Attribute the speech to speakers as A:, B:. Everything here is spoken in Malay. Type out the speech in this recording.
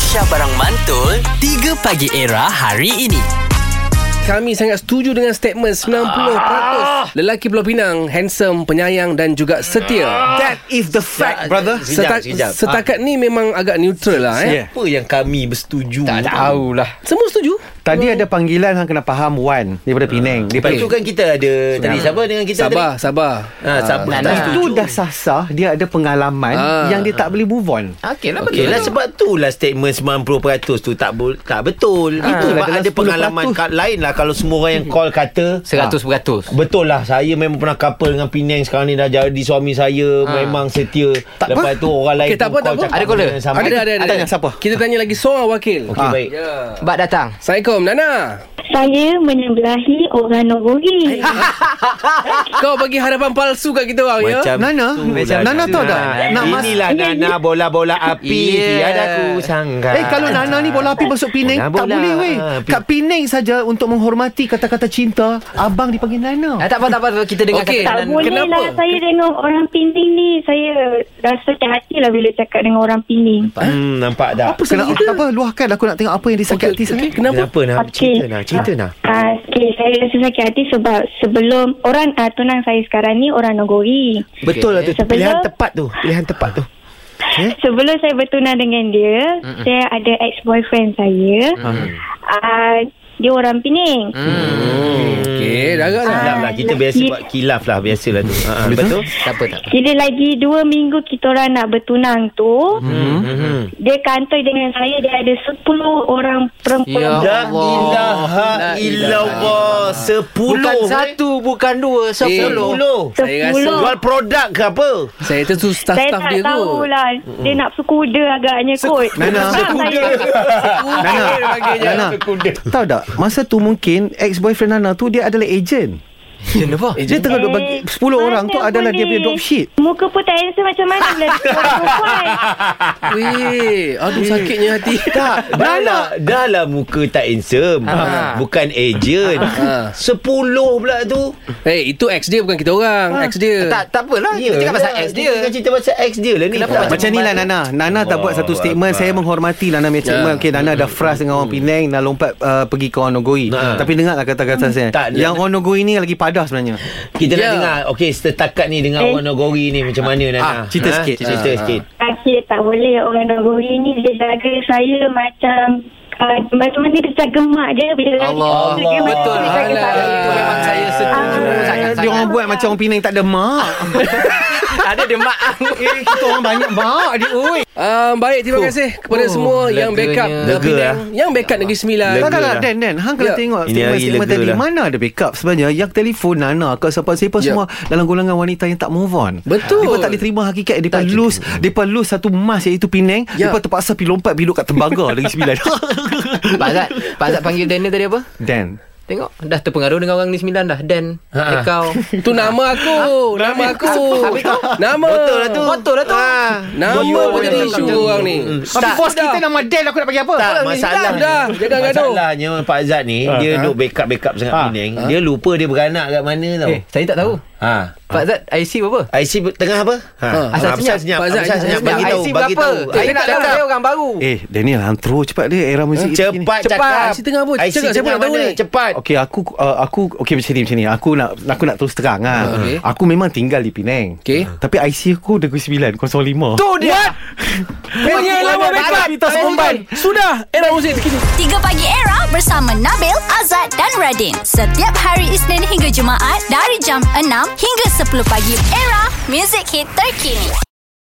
A: Syah Barang Mantul 3 Pagi Era hari ini
B: Kami sangat setuju dengan statement 90% lelaki Pulau Pinang handsome, penyayang dan juga
C: Ah.
B: setia.
D: That is the
E: Sekejap,
D: fact, brother.
B: Seta-
E: sekejap.
B: setakat ni memang agak neutral lah eh.
D: Yeah.
E: Apa yang kami bersetuju
D: Tak tahulah.
B: Semua setuju?
C: Tadi ada panggilan hang kena faham Wan daripada Penang.
E: Lepas
C: Daripada
E: tu kan kita ada Tadi siapa dengan kita
B: Sabar,
E: tadi
B: sabar.
E: ha, Siapa
D: Ah,
E: tak
D: Nana.
E: setuju
C: tu dah sah-sah dia ada pengalaman
B: Ah.
C: yang dia tak boleh move on.
D: Okey lah,
E: Okey lah sebab tu lah statement 90% tu tak bol- tak betul. Ha. Itu
C: Itulah
E: sebab
C: dalam
E: ada pengalaman
C: 10%.
E: kat lain lah kalau semua orang yang
C: Hmm.
E: call kata
D: Seratus beratus.
E: Betul lah Saya memang pernah couple dengan Penang Sekarang ni dah jadi suami saya
C: Ah.
E: ha. Memang setia tak Lepas tu orang lain
B: Okey, tak
E: tu
B: apa, tak
E: call
B: apa.
E: cakap
D: Ada caller?
E: benda yang sama.
B: Ada, ada, ada.
C: tanya siapa?
B: Kita tanya lagi seorang wakil.
E: Okey
C: Ah.
E: baik
D: Bak datang.
B: Assalamualaikum, Nana.
F: Saya menyebelahi orang
B: Eh,
F: Nogori.
B: Kau bagi harapan palsu kat kita orang, ya?
E: Macam
C: Nana,
E: tu
C: Ah. macam
E: lah,
C: Nana tahu tak? Nak mas-
E: Inilah lah Nana bola-bola api
D: Yeah.
E: Tiada ku sangka
C: Eh kalau Nana ni bola api masuk Penang
E: Bola,
C: tak
E: bola.
C: boleh weh.
E: Ah, pi-
C: Kat Penang saja untuk menghormati kata-kata cinta, abang dipanggil Nana.
D: Ah, tak apa, tak apa. Kita dengar
B: Okey.
F: Tak
D: kata
B: Dan
F: boleh
B: kenapa?
F: lah saya dengan orang Pinting ni. Saya dah sakit hati lah bila cakap dengan orang Pinting.
E: Hmm, nampak tak?
C: Apa salah tak apa luahkan aku nak tengok apa yang disakiti okay, sangat. Okay.
B: Kenapa?
E: Kenapa nak cerita nak cerita nak?
F: Uh, okay, saya rasa sakit hati sebab sebelum orang uh, tunang saya sekarang ni orang Nogori.
E: Betul lah tu
F: Sebelum-
E: pilihan tepat tu, pilihan tepat tu.
B: Eh?
F: Sebelum saya bertunang dengan dia, saya ada ex-boyfriend saya. Uh, dia orang Pinang.
B: Hmm. Okey, dah agak dah.
E: Silap lah kita biasa buat kilaf lah biasalah tu. Ha betul?
D: Tak apa, tak apa.
F: Kira lagi dua minggu kita orang nak bertunang tu,
B: Mm.
E: Hmm.
F: dia kantoi dengan saya, dia ada 10 orang perempuan.
D: Ya.
E: La
D: Allah.
E: ilaha
D: La
E: illallah. Sepuluh.
D: Bukan
E: eh.
D: satu, bukan dua, sepuluh.
E: Sepuluh.
B: Saya rasa-
F: Sepuluh.
E: Jual produk ke apa?
B: Eh, Saya tu tu
F: Saya
B: staff-staff
F: tak
B: dia
F: tahu
B: kot.
F: lah. Dia nak sekuda agaknya kot.
C: Nana.
F: Sebab saya,
B: Nana.
C: Nana, tahu tak? Masa tu mungkin ex-boyfriend Nana tu dia adalah agent.
E: Ya,
D: Kenapa?
C: Dia tengah duk bagi 10 orang tu
F: mana
C: adalah dia
F: boleh?
C: punya dropship.
F: Muka pun tak handsome macam mana bila dia perempuan.
B: Weh, aduh sakitnya hati.
E: Tak, dah lah, dah lah muka tak handsome.
D: Ha.
E: Bukan agent.
D: Ah.
B: Ha.
E: Sepuluh pula tu.
B: Eh, itu ex dia bukan kita orang. Ex dia.
D: Ha. Tak, tak apalah. Kita cakap pasal ex dia.
E: Ya lah. Kita cerita pasal ex dia lah ni.
D: Kenapa
E: Tak.
D: macam
C: Macam ni lah Nana Nana tak buat satu statement Saya menghormati Nana punya
B: Ya.
C: statement Okay Nana dah frust dengan orang Penang Nak lompat uh, pergi ke Onogoi
E: Nah.
C: Tapi dengarlah kata-kata saya
E: Tak,
C: Yang Onogoi ni lagi padah sebenarnya
E: Kita yeah.
B: Ya.
E: nak dengar Okey setakat ni Dengan
F: Eh.
E: orang Nogori ni Macam mana Nana
C: Ah, cerita sikit.
E: Cerita, cerita
B: Ah,
E: sikit
F: Akhir tak boleh orang Nogori ni dia jaga saya macam uh, macam mana dia tak gemak je bila lari.
D: Allah.
F: Dia macam
D: Betul.
F: dia jaga
D: Alah.
F: saya.
D: Itu memang saya setuju.
F: Ah.
D: Sangat,
C: Dia orang
D: sangat.
C: buat macam orang Penang tak ada mak
D: Ada demak.
C: Eh kita orang banyak mak dia oi
B: Um, baik, terima kasih kepada
D: Oh,
B: semua yang
D: leganya.
B: backup Negeri
E: Lega,
B: Pinang,
E: ah.
B: yang backup Negeri Sembilan.
E: Lega.
C: tak tak tak
E: lah.
C: Dan Dan Hang
B: Ya.
C: kena tengok
E: Ini hari
C: Statement-statement
E: lega
C: tadi
E: lah. Ya.
C: Mana ada backup sebenarnya Yang telefon Nana Kau siapa-siapa semua Dalam golongan wanita yang tak move on
B: Betul.
C: Mereka tak diterima hakikat Mereka lose Mereka lose satu emas Iaitu Penang
B: Ya.
C: Mereka terpaksa pergi lompat Biduk kat tembaga Lagi sembilan
D: Pak Zat, Pak Zat panggil Daniel tadi apa?
C: Dan
D: Tengok, dah terpengaruh dengan orang ni sembilan dah. Dan,
E: Ha.
D: Ekau.
B: Tu nama aku,
D: Ha?
B: nama aku. Nama.
E: Betul lah tu Hmm.
D: Betul lah tu.
B: Nama pun jadi isu orang ni.
C: Tapi bos kita nama Dan Aku nak panggil apa
E: tak, masalah
B: Dah, jangan gaduh.
E: Masalahnya Pak Zat ni Dia duk backup-backup sangat
C: Ah.
E: Penang
B: Ha.
E: Dia lupa dia beranak kat mana tau
D: Eh, saya tak tahu.
E: Ha
D: Pak Zat, IC berapa?
E: IC ber- tengah apa? Ha. Absal
D: Asal senyap.
E: senyap.
B: Pak Zat,
E: Absal
B: Asal
E: senyap.
B: senyap.
E: Bagi tahu,
D: IC
E: bagi
D: berapa?
E: tahu.
D: Saya tak tahu, saya orang baru.
C: Eh Daniel Antro cepat dia Era muzik kita ni.
E: Cepat
B: Cepat.
E: cakap.
B: IC tengah apa?
E: IC
B: Cakap, saya pun
E: tengah
B: nak tahu
E: mana?
B: ni.
E: Cepat.
C: Okey aku uh, aku okey macam ni macam ni. Aku nak aku nak terus terang ah.
B: Okey.
C: Aku memang tinggal di Penang.
B: Okey.
C: Tapi IC aku Negeri Sembilan 05.
D: Tu dia.
B: Punya lama backup. Eh,
C: Kita
B: Bomban. Sudah, era muzik terkini.
G: 3 Pagi Era bersama Nabil, Azad dan Radin. Setiap hari Isnin hingga Jumaat dari jam 6 hingga 10 pagi. Era, music hit terkini.